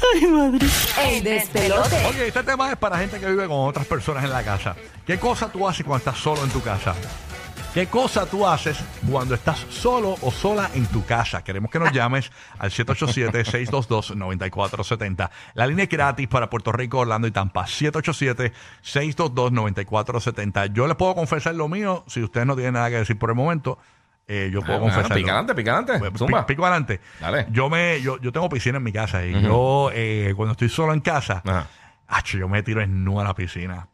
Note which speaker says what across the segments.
Speaker 1: coincidencia. Ay, madre.
Speaker 2: El despelote.
Speaker 3: Ok, este tema es para gente que vive con otras personas en la casa. ¿Qué cosa tú haces cuando estás solo en tu casa? ¿Qué cosa tú haces cuando estás solo o sola en tu casa? Queremos que nos llames al 787-622-9470. La línea es gratis para Puerto Rico, Orlando y Tampa. 787-622-9470. Yo les puedo confesar lo mío. Si ustedes no tienen nada que decir por el momento, eh, yo puedo
Speaker 4: Ah,
Speaker 3: confesar.
Speaker 4: pica adelante, pica adelante.
Speaker 3: Pues, pi-
Speaker 4: Zumba.
Speaker 3: Pico adelante.
Speaker 4: Dale.
Speaker 3: Yo, me, yo, yo tengo piscina en mi casa y yo, eh, cuando estoy solo en casa,
Speaker 4: Ajá.
Speaker 3: acho, yo me tiro en nu a la piscina.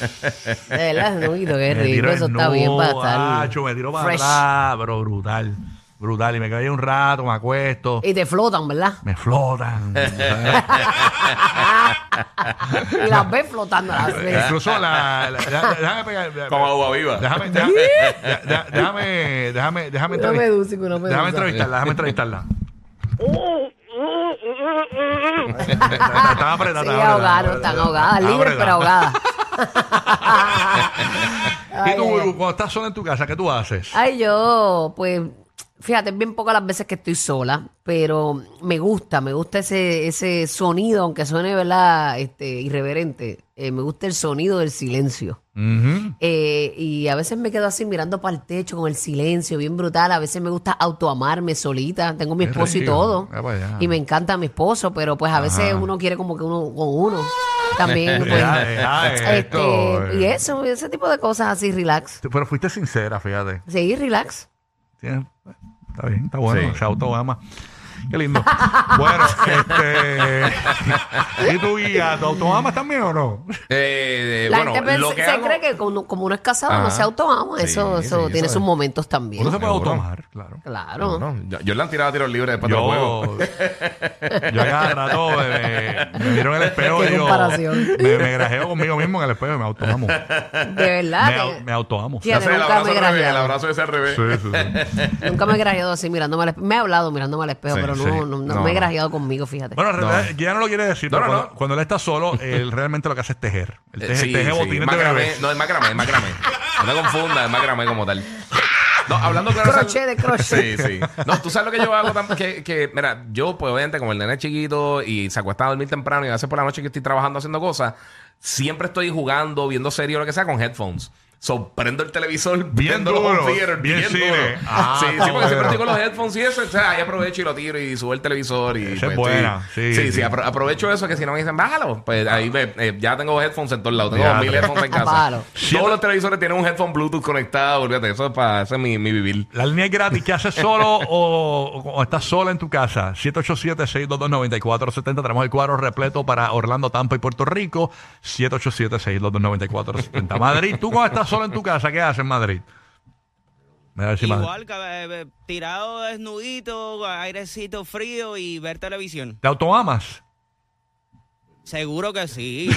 Speaker 2: De verdad, Nudito, qué
Speaker 3: me
Speaker 2: rico. Eso está bien para estar.
Speaker 3: acho, me tiro para
Speaker 2: fresh.
Speaker 3: atrás, pero brutal. Brutal. Y me quedo ahí un rato, me acuesto,
Speaker 2: Y te flotan, ¿verdad?
Speaker 3: me flotan. Eh,
Speaker 2: Y las ves flotando. Las ves.
Speaker 3: Incluso la. la- la- déjame pegar.
Speaker 4: Como agua viva.
Speaker 3: Déjame, déjame, déjame, déjame, déjame, déjame,
Speaker 2: Una
Speaker 3: entrevist-
Speaker 2: medusa, una medusa.
Speaker 3: déjame entrevistarla, déjame entrevistarla. Estaba apretada.
Speaker 2: Sí,
Speaker 3: estaba apretada,
Speaker 2: ahogaron,
Speaker 3: estaba
Speaker 2: están
Speaker 3: apretada.
Speaker 2: ahogadas,
Speaker 3: Estaba
Speaker 2: libres pero
Speaker 3: apretada.
Speaker 2: ahogadas.
Speaker 3: ¿Y tú,
Speaker 2: Ay, ay,
Speaker 3: Buru, cuando estás sola en tu casa, qué tú haces?
Speaker 2: Ay, yo, pues, fíjate, es bien pocas las veces que estoy sola, pero me gusta, me gusta ese, ese sonido, aunque suene, ¿verdad? Este, irreverente. eh, me gusta el sonido del silencio.
Speaker 3: Ujú.
Speaker 2: Eh, y a veces me quedo así mirando para el techo con el silencio, bien brutal. A veces me gusta autoamarme solita. Tengo mi
Speaker 3: Qué
Speaker 2: esposo y
Speaker 3: rico.
Speaker 2: todo.
Speaker 3: Ah, pues ya.
Speaker 2: Y me encanta mi esposo, pero pues a veces uno quiere como que uno con uno. También, pues,
Speaker 3: Ya, ya, Eh, ah, esto,
Speaker 2: este, y
Speaker 3: eh.
Speaker 2: eso, ese tipo de cosas así, relax.
Speaker 3: Pero fuiste sincera, fíjate.
Speaker 2: Sí, relax.
Speaker 3: Tienes- Está bien, está bueno.
Speaker 4: Sí.
Speaker 3: Se autoama. Qué lindo. bueno, este. ¿Y tu guía? ¿Te autoamas también o no?
Speaker 4: Eh, eh,
Speaker 2: La
Speaker 4: bueno,
Speaker 2: gente pens-
Speaker 4: lo que
Speaker 2: se
Speaker 4: hago-
Speaker 2: cree que como, como uno es casado
Speaker 4: Ajá.
Speaker 2: no se autoama.
Speaker 4: Sí,
Speaker 2: eso
Speaker 4: sí,
Speaker 2: eso
Speaker 4: eso
Speaker 2: tiene
Speaker 4: es.
Speaker 2: sus momentos también.
Speaker 3: Uno se puede
Speaker 4: Seguro.
Speaker 3: autoamar, claro.
Speaker 2: Claro.
Speaker 4: No, no. Yo, yo le han tirado tiros libres después del juego.
Speaker 3: Yo, yo a cada rato eh, me, me miro en el espejo
Speaker 2: Qué
Speaker 3: y digo,
Speaker 2: comparación.
Speaker 3: me, me grajeo conmigo mismo en el espejo y me autoamo.
Speaker 2: De
Speaker 3: Me,
Speaker 2: verdad.
Speaker 3: au- me autoamo.
Speaker 2: Sí,
Speaker 4: Ya sé, el
Speaker 2: nunca
Speaker 4: abrazo
Speaker 2: me
Speaker 4: al revés,
Speaker 2: grajeaba.
Speaker 4: el abrazo es al revés.
Speaker 3: Sí, sí, sí.
Speaker 2: que nunca me he grajeado así mirándome al espejo. Me he hablado mirándome al espejo,
Speaker 4: Sí,
Speaker 2: pero no,
Speaker 3: sí.
Speaker 2: no, no
Speaker 4: No,
Speaker 2: me he
Speaker 4: no.
Speaker 2: grajeado conmigo, fíjate.
Speaker 3: Bueno, en realidad, ya no lo quiere decir,
Speaker 4: No,
Speaker 3: pero
Speaker 4: no,
Speaker 3: cuando,
Speaker 4: no.
Speaker 3: cuando él está solo, él realmente lo que hace es tejer. Él
Speaker 4: Eh,
Speaker 3: teje, teje botines de
Speaker 4: macramé.
Speaker 3: bebé.
Speaker 4: No, es macramé, es macramé. No te confundas, es macramé como tal. No, hablando claro.
Speaker 2: Crochet de
Speaker 4: Sí,
Speaker 2: crochet.
Speaker 4: sí. No, tú sabes lo que yo hago también. Que, que, mira, yo, pues, obviamente, como el nene es chiquito y se acuesta a dormir temprano y a veces por la noche que estoy trabajando haciendo cosas, siempre estoy jugando, viendo serie o lo que sea con headphones. So, prendo el televisor,
Speaker 3: Bien
Speaker 4: viéndolo
Speaker 3: duro,
Speaker 4: home theater,
Speaker 3: bien cine.
Speaker 4: duro.
Speaker 3: Ah,
Speaker 4: sí, sí, porque
Speaker 3: bueno.
Speaker 4: siempre estoy con los headphones y eso. O sea, ahí aprovecho y lo tiro y subo el televisor. Y, pues,
Speaker 3: Esa es buena, sí,
Speaker 4: Sí, sí,
Speaker 3: sí.
Speaker 4: apro- aprovecho eso, que si no me dicen, bájalo. Pues ahí me- eh, ya tengo headphones en todos lados. Tengo
Speaker 3: Ya,
Speaker 4: mil
Speaker 3: tres.
Speaker 4: headphones en casa.
Speaker 2: Bájalo.
Speaker 4: Todos los televisores tienen un headphone Bluetooth conectado, olvídate. Eso es para hacer mi, mi vivir.
Speaker 3: La línea es gratis. ¿Qué haces solo o, o estás sola en tu casa? 787-622-9470. Tenemos el cuadro repleto para Orlando, Tampa y Puerto Rico. 787-622-9470. Madrid, ¿tú cuando estás sola en tu casa, qué haces en Madrid? Me va a decir Madrid.
Speaker 1: Igual, cab- eh, eh, tirado desnudito, airecito frío y ver televisión.
Speaker 3: ¿Te autoamas?
Speaker 1: Seguro que sí.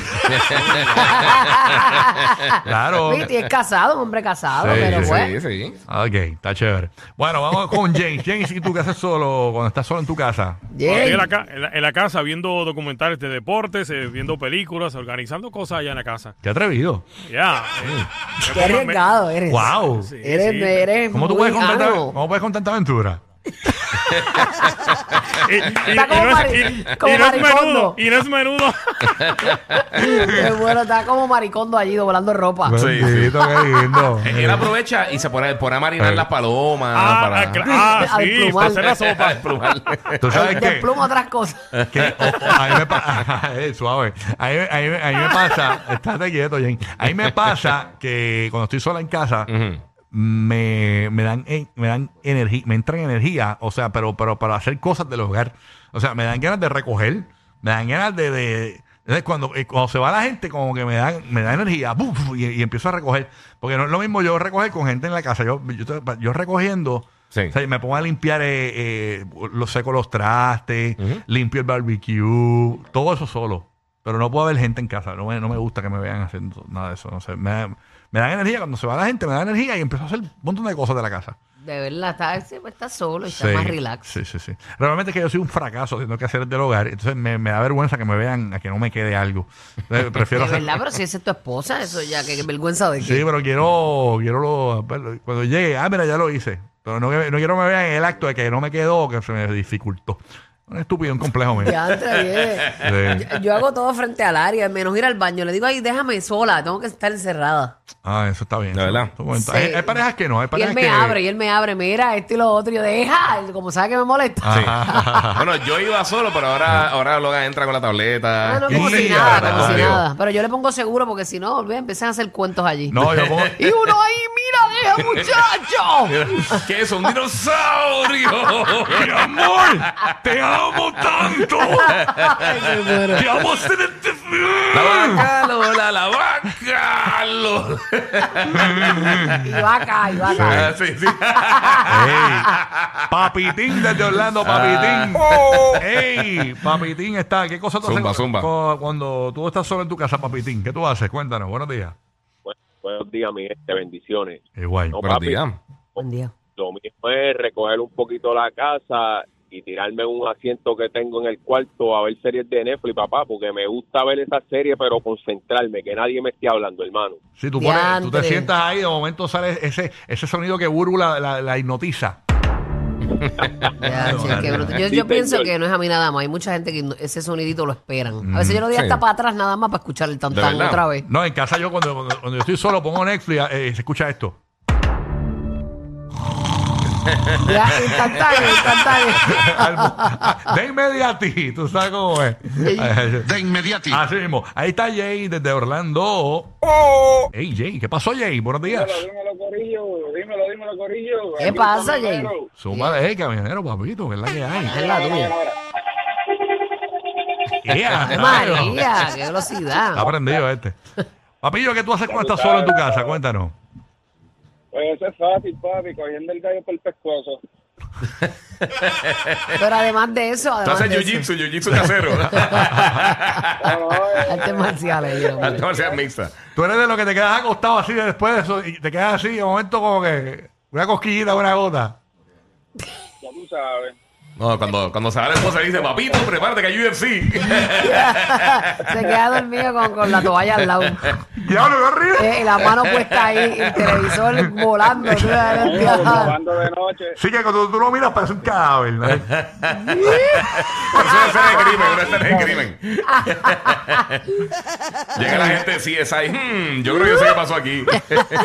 Speaker 3: Claro.
Speaker 2: Viste, y es casado, un hombre casado,
Speaker 3: Sí,
Speaker 2: pero
Speaker 3: sí,
Speaker 2: pues.
Speaker 4: Sí, sí.
Speaker 3: Ok, está chévere. Bueno, vamos con James. James, ¿y tú qué haces solo cuando estás solo en tu casa?
Speaker 2: bien.
Speaker 5: Estoy en la, ca- en la- en la casa viendo documentales de deportes, eh, viendo películas, organizando cosas allá en la casa.
Speaker 3: Qué atrevido.
Speaker 5: Ya. eh, me
Speaker 2: Qué
Speaker 5: pongo- me-
Speaker 2: arriesgado eres.
Speaker 3: ¡Wow!
Speaker 5: Sí,
Speaker 2: Eres,
Speaker 5: sí.
Speaker 2: eres
Speaker 3: ¿Cómo tú
Speaker 2: muy
Speaker 3: puedes Oh. con tanta,
Speaker 2: ano.
Speaker 3: ¿cómo puedes con tanta aventura?
Speaker 5: Y, y- y
Speaker 2: Está como
Speaker 5: no es,
Speaker 2: mari-
Speaker 5: y-
Speaker 2: como
Speaker 5: y no es
Speaker 2: maricondo.
Speaker 5: menudo. Y no es menudo.
Speaker 2: Qué bueno, está como maricondo allí doblando ropa.
Speaker 4: sí.
Speaker 3: Bendito, qué lindo.
Speaker 4: Eh, Él aprovecha y se pone, pone a marinar
Speaker 3: Eh.
Speaker 4: las palomas.
Speaker 5: Ah,
Speaker 4: para...
Speaker 5: ah, cla- ah,
Speaker 2: Al
Speaker 5: sí,
Speaker 2: plumal.
Speaker 5: para hacer la sopa.
Speaker 3: ¿Tú sabes qué? Eh.
Speaker 2: Despluma otras cosas.
Speaker 3: Que, o- o- a mí me pasa, suave. A mí, a mí- a mí me pasa, estate quieto, Jen. A mí me pasa que cuando estoy sola en casa, me, me dan, en- me dan energía, me entran energía, o sea, pero, pero para hacer cosas del hogar. O sea, me dan ganas de recoger, me dan ganas de. de- entonces, cuando, eh, cuando se va la gente, como que me dan, me da energía ¡buf! y, y empiezo a recoger. Porque no es lo mismo yo recoger con gente en la casa. Yo, yo, yo recogiendo,
Speaker 4: Sí.
Speaker 3: o sea, y me pongo a limpiar, eh, eh, los seco los trastes, limpio el barbecue, todo eso solo. Pero no puedo haber gente en casa, no me, no me gusta que me vean haciendo nada de eso, no sé. Me, da- me dan energía, cuando se va la gente me da energía y empiezo a hacer un montón de cosas de la casa.
Speaker 2: De verdad, está, siempre está solo y está más relax.
Speaker 3: Sí, sí, sí. Realmente es que yo soy un fracaso teniendo que hacer del hogar, entonces me, me da vergüenza que me vean, a que no me quede algo. Entonces, prefiero
Speaker 2: De
Speaker 3: hacer...
Speaker 2: verdad, pero si esa es tu esposa, eso ya, qué vergüenza de
Speaker 3: Sí,
Speaker 2: que.
Speaker 3: pues, pero quiero, quiero lo- verlo. cuando llegue, ah, mira, ya lo hice. Pero no, no quiero que me vean en el acto de que no me quedó, que se me dificultó. Un estúpido, un complejo mío.
Speaker 2: Ya, entre bien.
Speaker 3: Sí.
Speaker 2: Yo- Yo hago todo frente al área, menos ir al baño. Le digo, ay, déjame sola, tengo que estar encerrada.
Speaker 3: Ah, eso está bien.
Speaker 4: De verdad.
Speaker 3: Eso- eso-
Speaker 2: Sí.
Speaker 3: Hay, hay parejas que no, hay
Speaker 2: Y
Speaker 3: parejas
Speaker 2: él me
Speaker 3: que...
Speaker 2: abre, y él me abre, mira, esto y lo otro. Y yo, deja, como sabe que me molesta.
Speaker 3: Ajá.
Speaker 4: bueno, yo iba solo, pero ahora, ahora Logan entra con la tableta.
Speaker 2: No, no,
Speaker 3: Y-
Speaker 2: como si
Speaker 3: y-
Speaker 2: nada,
Speaker 3: ah,
Speaker 2: como si
Speaker 3: digo.
Speaker 2: nada. Pero yo le pongo seguro porque si no, ve, empiezan a hacer cuentos allí.
Speaker 3: No, yo pongo...
Speaker 2: Y uno ahí, mira, deja, muchacho.
Speaker 4: ¿Qué es un dinosaurio?
Speaker 3: ¡Mi amor! ¡Te amo tanto!
Speaker 2: Ay, me muero.
Speaker 3: ¡Te amo hasta el
Speaker 4: La vaca Lola, la vaca Lola.
Speaker 2: Y va acá, y va acá.
Speaker 4: Ah, sí, sí.
Speaker 3: Ey, Papitín desde
Speaker 4: Ah.
Speaker 3: Orlando, Papitín. ¡Ey! Papitín está. ¿Qué cosa tú
Speaker 4: Oh. Zumba,
Speaker 3: haces cu-
Speaker 4: zumba.
Speaker 3: cu- cuando tú estás solo en tu casa, Papitín? ¿Qué tú haces? Cuéntanos. Buenos días.
Speaker 6: Bueno, buenos días, mi gente. Bendiciones.
Speaker 3: Igual.
Speaker 6: No,
Speaker 4: Buenos
Speaker 6: papi,
Speaker 4: días.
Speaker 2: Buen día.
Speaker 6: Lo mismo es recoger un poquito la casa y tirarme en un asiento que tengo en el cuarto a ver series de Netflix, papá, porque me gusta ver esa serie, pero concentrarme, que nadie me esté hablando, hermano.
Speaker 3: Si tú, pones, tú te
Speaker 2: Diantre.
Speaker 3: sientas ahí, de momento sale ese, ese sonido que Buru la, la- la hipnotiza.
Speaker 2: Ya, che, qué bruto. Yo,
Speaker 6: Sí,
Speaker 2: yo pienso
Speaker 6: señor.
Speaker 2: que no es a mí nada más. Hay mucha gente que no- ese sonidito lo esperan. A veces yo lo doy
Speaker 4: Mm,
Speaker 2: hasta
Speaker 4: sí.
Speaker 2: para atrás nada más para escuchar el
Speaker 4: De
Speaker 2: tantán
Speaker 4: verdad.
Speaker 2: otra vez.
Speaker 3: No, en casa yo cuando, cuando, cuando yo estoy solo pongo Netflix eh, y se escucha esto.
Speaker 2: Ya, el tantán, el tantán.
Speaker 3: de inmediato a ti, tú sabes cómo es.
Speaker 7: De inmediati.
Speaker 2: Ah,
Speaker 3: Así mismo. Ahí está Jay desde Orlando.
Speaker 4: Oh.
Speaker 3: Ey, Jay, ¿qué pasó, Jay? Buenos días.
Speaker 8: Dímelo, Corillo. Dímelo, dímelo, Corillo.
Speaker 2: ¿Qué pasa, Jay?
Speaker 3: Suma de camionero, papito, que es la que
Speaker 2: Es
Speaker 3: hay.
Speaker 2: la tuya.
Speaker 3: Yeah,
Speaker 2: Ay,
Speaker 3: claro.
Speaker 2: María, qué
Speaker 3: Está
Speaker 2: velocidad.
Speaker 3: aprendido este. Papillo, ¿qué tú haces cuando estás solo en tu casa? Cuéntanos.
Speaker 8: Pues eso es fácil, papi. Cogiendo el gallo por el pescuezo.
Speaker 2: Pero además de eso,
Speaker 4: Tú
Speaker 2: además
Speaker 4: haces
Speaker 2: de ah, eso,
Speaker 4: jiu-jitsu, jiu-jitsu casero.
Speaker 8: No, no,
Speaker 2: artes marciales. yo.
Speaker 4: Hasta ahora sea mixta.
Speaker 3: Tú eres de los que te quedas acostado así después de eso y te quedas así de momento como que una cosquillita, una gota.
Speaker 8: ya tú sabes.
Speaker 4: No, cuando, cuando se va la esposa dice, papito, prepárate que hay UFC.
Speaker 2: Se queda dormido con, con la toalla al lado.
Speaker 3: Diablo, qué horrible.
Speaker 2: Eh, y la mano puesta ahí, el televisor volando. tú sabes, el
Speaker 8: Como
Speaker 2: día.
Speaker 8: jugando de noche.
Speaker 3: Sí, que cuando tú lo miras parece un cadáver. ¿no?
Speaker 2: Eh.
Speaker 4: Por eso no es el crimen, no es el crimen. Llega la gente de CSI. "Hmm, yo creo que yo sé qué pasó aquí.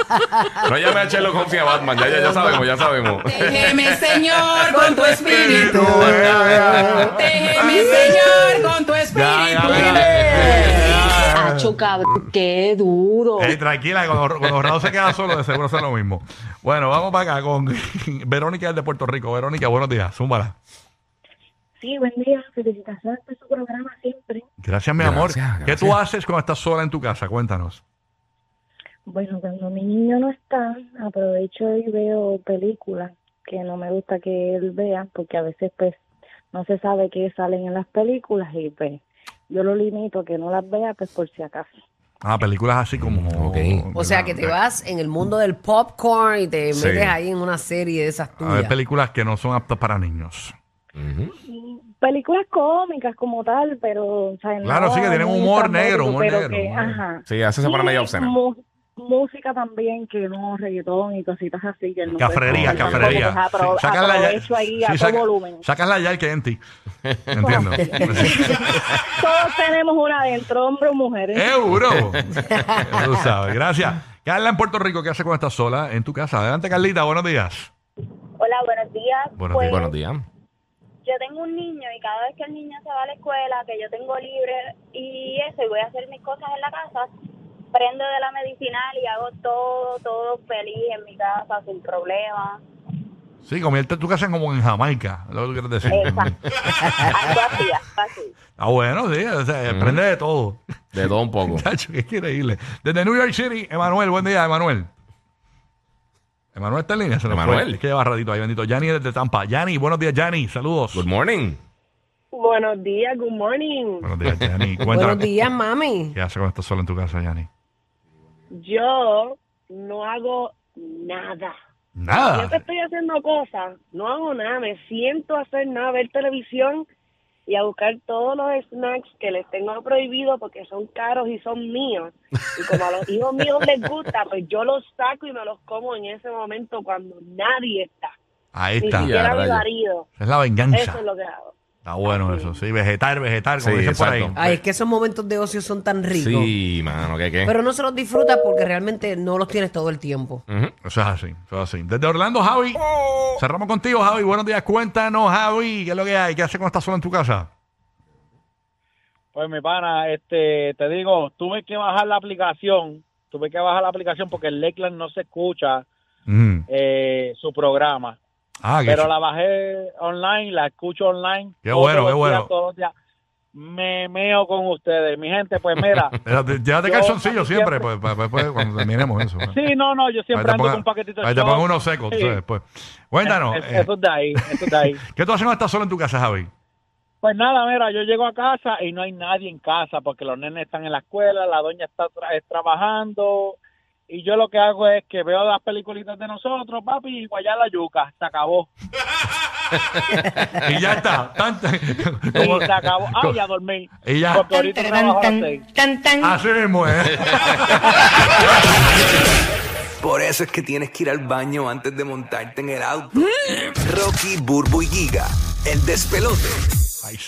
Speaker 4: no llame a Chelo confía a Batman. Ya, ya, ya sabemos, ya sabemos.
Speaker 9: Déjeme, Señor, con tu espíritu. Déjeme, Señor, con tu
Speaker 3: Ya, ya,
Speaker 9: espíritu.
Speaker 3: mira.
Speaker 10: Acho, cabrón, qué duro.
Speaker 3: Ey, tranquila, cuando, cuando Raúl se queda solo, de seguro hace lo mismo. Bueno, vamos para acá con Verónica de Puerto Rico. Verónica, buenos días. Zúmbala.
Speaker 11: Sí, buen día. Felicitaciones por su programa siempre.
Speaker 3: Gracias, mi amor.
Speaker 4: Gracias,
Speaker 3: ¿Qué
Speaker 4: gracias.
Speaker 3: tú haces cuando estás sola en tu casa? Cuéntanos.
Speaker 11: Bueno, cuando mi niño no está, aprovecho y veo películas que no me gusta que él vea, porque a veces pues no se sabe qué salen en las películas y pues yo lo limito que no las vea pues por si acaso.
Speaker 3: Ah, películas así como.
Speaker 11: Mm,
Speaker 4: Ok.
Speaker 2: O sea que te vas en el mundo del popcorn y te
Speaker 4: Sí.
Speaker 2: metes ahí en una serie de esas
Speaker 3: A ver,
Speaker 2: tuyas.
Speaker 3: películas que no son aptas para niños.
Speaker 4: Ujú.
Speaker 11: Y películas cómicas como tal, pero... o sea,
Speaker 3: Claro,
Speaker 11: nada
Speaker 3: sí, que tienen
Speaker 11: muy
Speaker 3: humor
Speaker 11: tan
Speaker 3: negro, humor
Speaker 11: pero
Speaker 3: negro,
Speaker 11: que,
Speaker 3: humor negro.
Speaker 11: ajá.
Speaker 4: Sí, hace se pone
Speaker 11: Y
Speaker 4: medio obscena.
Speaker 11: mu- Música también, que no, reggaetón y cositas así. Que él no puede
Speaker 3: Cafrería,
Speaker 11: escuchar
Speaker 3: cafrería.
Speaker 11: tampoco, pues, apro-
Speaker 3: Sí, sácala ya-
Speaker 11: aprovecho ahí a
Speaker 3: sí,
Speaker 11: todo
Speaker 3: saca-
Speaker 11: volumen.
Speaker 3: Sácala ya el que en ti. Entiendo.
Speaker 11: Todos tenemos una adentro, hombre o mujer.
Speaker 3: ¡Euro! Tú sabes. Gracias. Carla en Puerto Rico, ¿qué hace cuando estás sola en tu casa? Adelante, Carlita, buenos días.
Speaker 11: Hola, buenos días.
Speaker 3: Buenos
Speaker 11: Pues,
Speaker 4: Buenos días.
Speaker 11: Yo tengo un niño y cada vez que el niño se va a la escuela, que yo tengo libre y eso, y voy a hacer mis cosas en la casa, prendo de la medicinal y hago todo, todo feliz en mi casa, sin problema.
Speaker 3: Sí, convierte tu casa en como en Jamaica, lo que tú quieres decir.
Speaker 11: Exacto. Algo así, algo así.
Speaker 3: Ah, bueno, sí, o sea,
Speaker 11: Mm.
Speaker 3: aprende de todo.
Speaker 4: De todo un poco.
Speaker 3: Chacho, qué increíble. Desde New York City, Emanuel, buen día, Emanuel. Emanuel está en línea, se nos
Speaker 4: Emanuel.
Speaker 3: fue. Es que lleva ratito ahí, bendito. Yanni desde Tampa. Yanni, buenos días, Yanni, saludos.
Speaker 4: Good morning.
Speaker 11: Buenos días, good morning.
Speaker 3: Buenos días, Yanni.
Speaker 2: Buenos
Speaker 3: Cuéntanos,
Speaker 2: días, mami.
Speaker 3: ¿qué haces cuando estás solo en tu casa, Yanni?
Speaker 11: Yo no hago nada.
Speaker 3: Nada.
Speaker 11: Siempre estoy haciendo cosas, no hago nada, me siento a hacer nada, a ver televisión y a buscar todos los snacks que les tengo prohibido porque son caros y son míos. Y como a los hijos míos les gusta, pues yo los saco y me los como en ese momento cuando nadie está.
Speaker 3: Ahí
Speaker 12: Ni
Speaker 3: está.
Speaker 12: siquiera mi
Speaker 4: rayo.
Speaker 12: marido.
Speaker 3: Esa es la venganza.
Speaker 12: Eso es lo que hago.
Speaker 3: Está bueno eso, sí. Vegetar, vegetar, como
Speaker 4: Sí,
Speaker 3: dicen por ahí.
Speaker 4: exacto.
Speaker 2: Ay, es que esos momentos de ocio son tan ricos.
Speaker 4: Sí, mano, ¿qué qué?
Speaker 2: Pero no se los disfrutas porque realmente no los tienes todo el tiempo.
Speaker 4: Ujú.
Speaker 3: Eso es así, eso es así. Desde Orlando, Javi.
Speaker 4: Oh.
Speaker 3: Cerramos contigo, Javi. Buenos días. Cuéntanos, Javi, ¿qué es lo que hay? ¿Qué haces cuando estás solo en tu casa?
Speaker 11: Pues mi pana, este, te digo, tuve que bajar la aplicación, tuve que bajar la aplicación porque el Lakeland no se escucha
Speaker 3: Mm.
Speaker 11: eh, su programa.
Speaker 3: Ah, qué
Speaker 11: Pero
Speaker 3: ch-
Speaker 11: la bajé online, la escucho online.
Speaker 3: Qué
Speaker 11: todos
Speaker 3: bueno,
Speaker 11: los
Speaker 3: qué
Speaker 11: días,
Speaker 3: bueno.
Speaker 11: todos los días. me meo con ustedes, mi gente. Pues mira,
Speaker 3: Espérate, Llévate
Speaker 11: Yo
Speaker 3: calzoncillo
Speaker 11: casi
Speaker 3: siempre,
Speaker 11: siempre-
Speaker 3: pues, pa- pa- pa- cuando terminemos eso.
Speaker 11: sí, no, no, yo siempre
Speaker 3: Ahí te
Speaker 11: ando
Speaker 3: ponga-
Speaker 11: con un paquetito de
Speaker 3: ahí te
Speaker 11: show.
Speaker 3: pongo unos secos, tú
Speaker 11: Sí.
Speaker 3: sabes, pues. Cuéntanos,
Speaker 11: Es-
Speaker 3: eh,
Speaker 11: Eso es de ahí, eso es de ahí.
Speaker 3: ¿qué tú haces cuando estás solo en tu casa, Javi?
Speaker 11: Pues nada, mira, yo llego a casa y no hay nadie en casa porque los nenes están en la escuela, la doña está tra- eh, trabajando y yo lo que hago es que veo las peliculitas de nosotros, papi, y guayar la yuca, se acabó.
Speaker 3: Y ya está. Tan-
Speaker 11: Y se acabó. Ay, ya dormí.
Speaker 3: Y ya.
Speaker 11: Porque ahorita trabajo a las seis.
Speaker 13: tan, tan.
Speaker 3: Así mismo ¿eh? es.
Speaker 14: Por eso es que tienes que ir al baño antes de
Speaker 13: Mm.
Speaker 14: montarte en el auto. Rocky, Burbu y Giga, el despelote.
Speaker 3: Ay,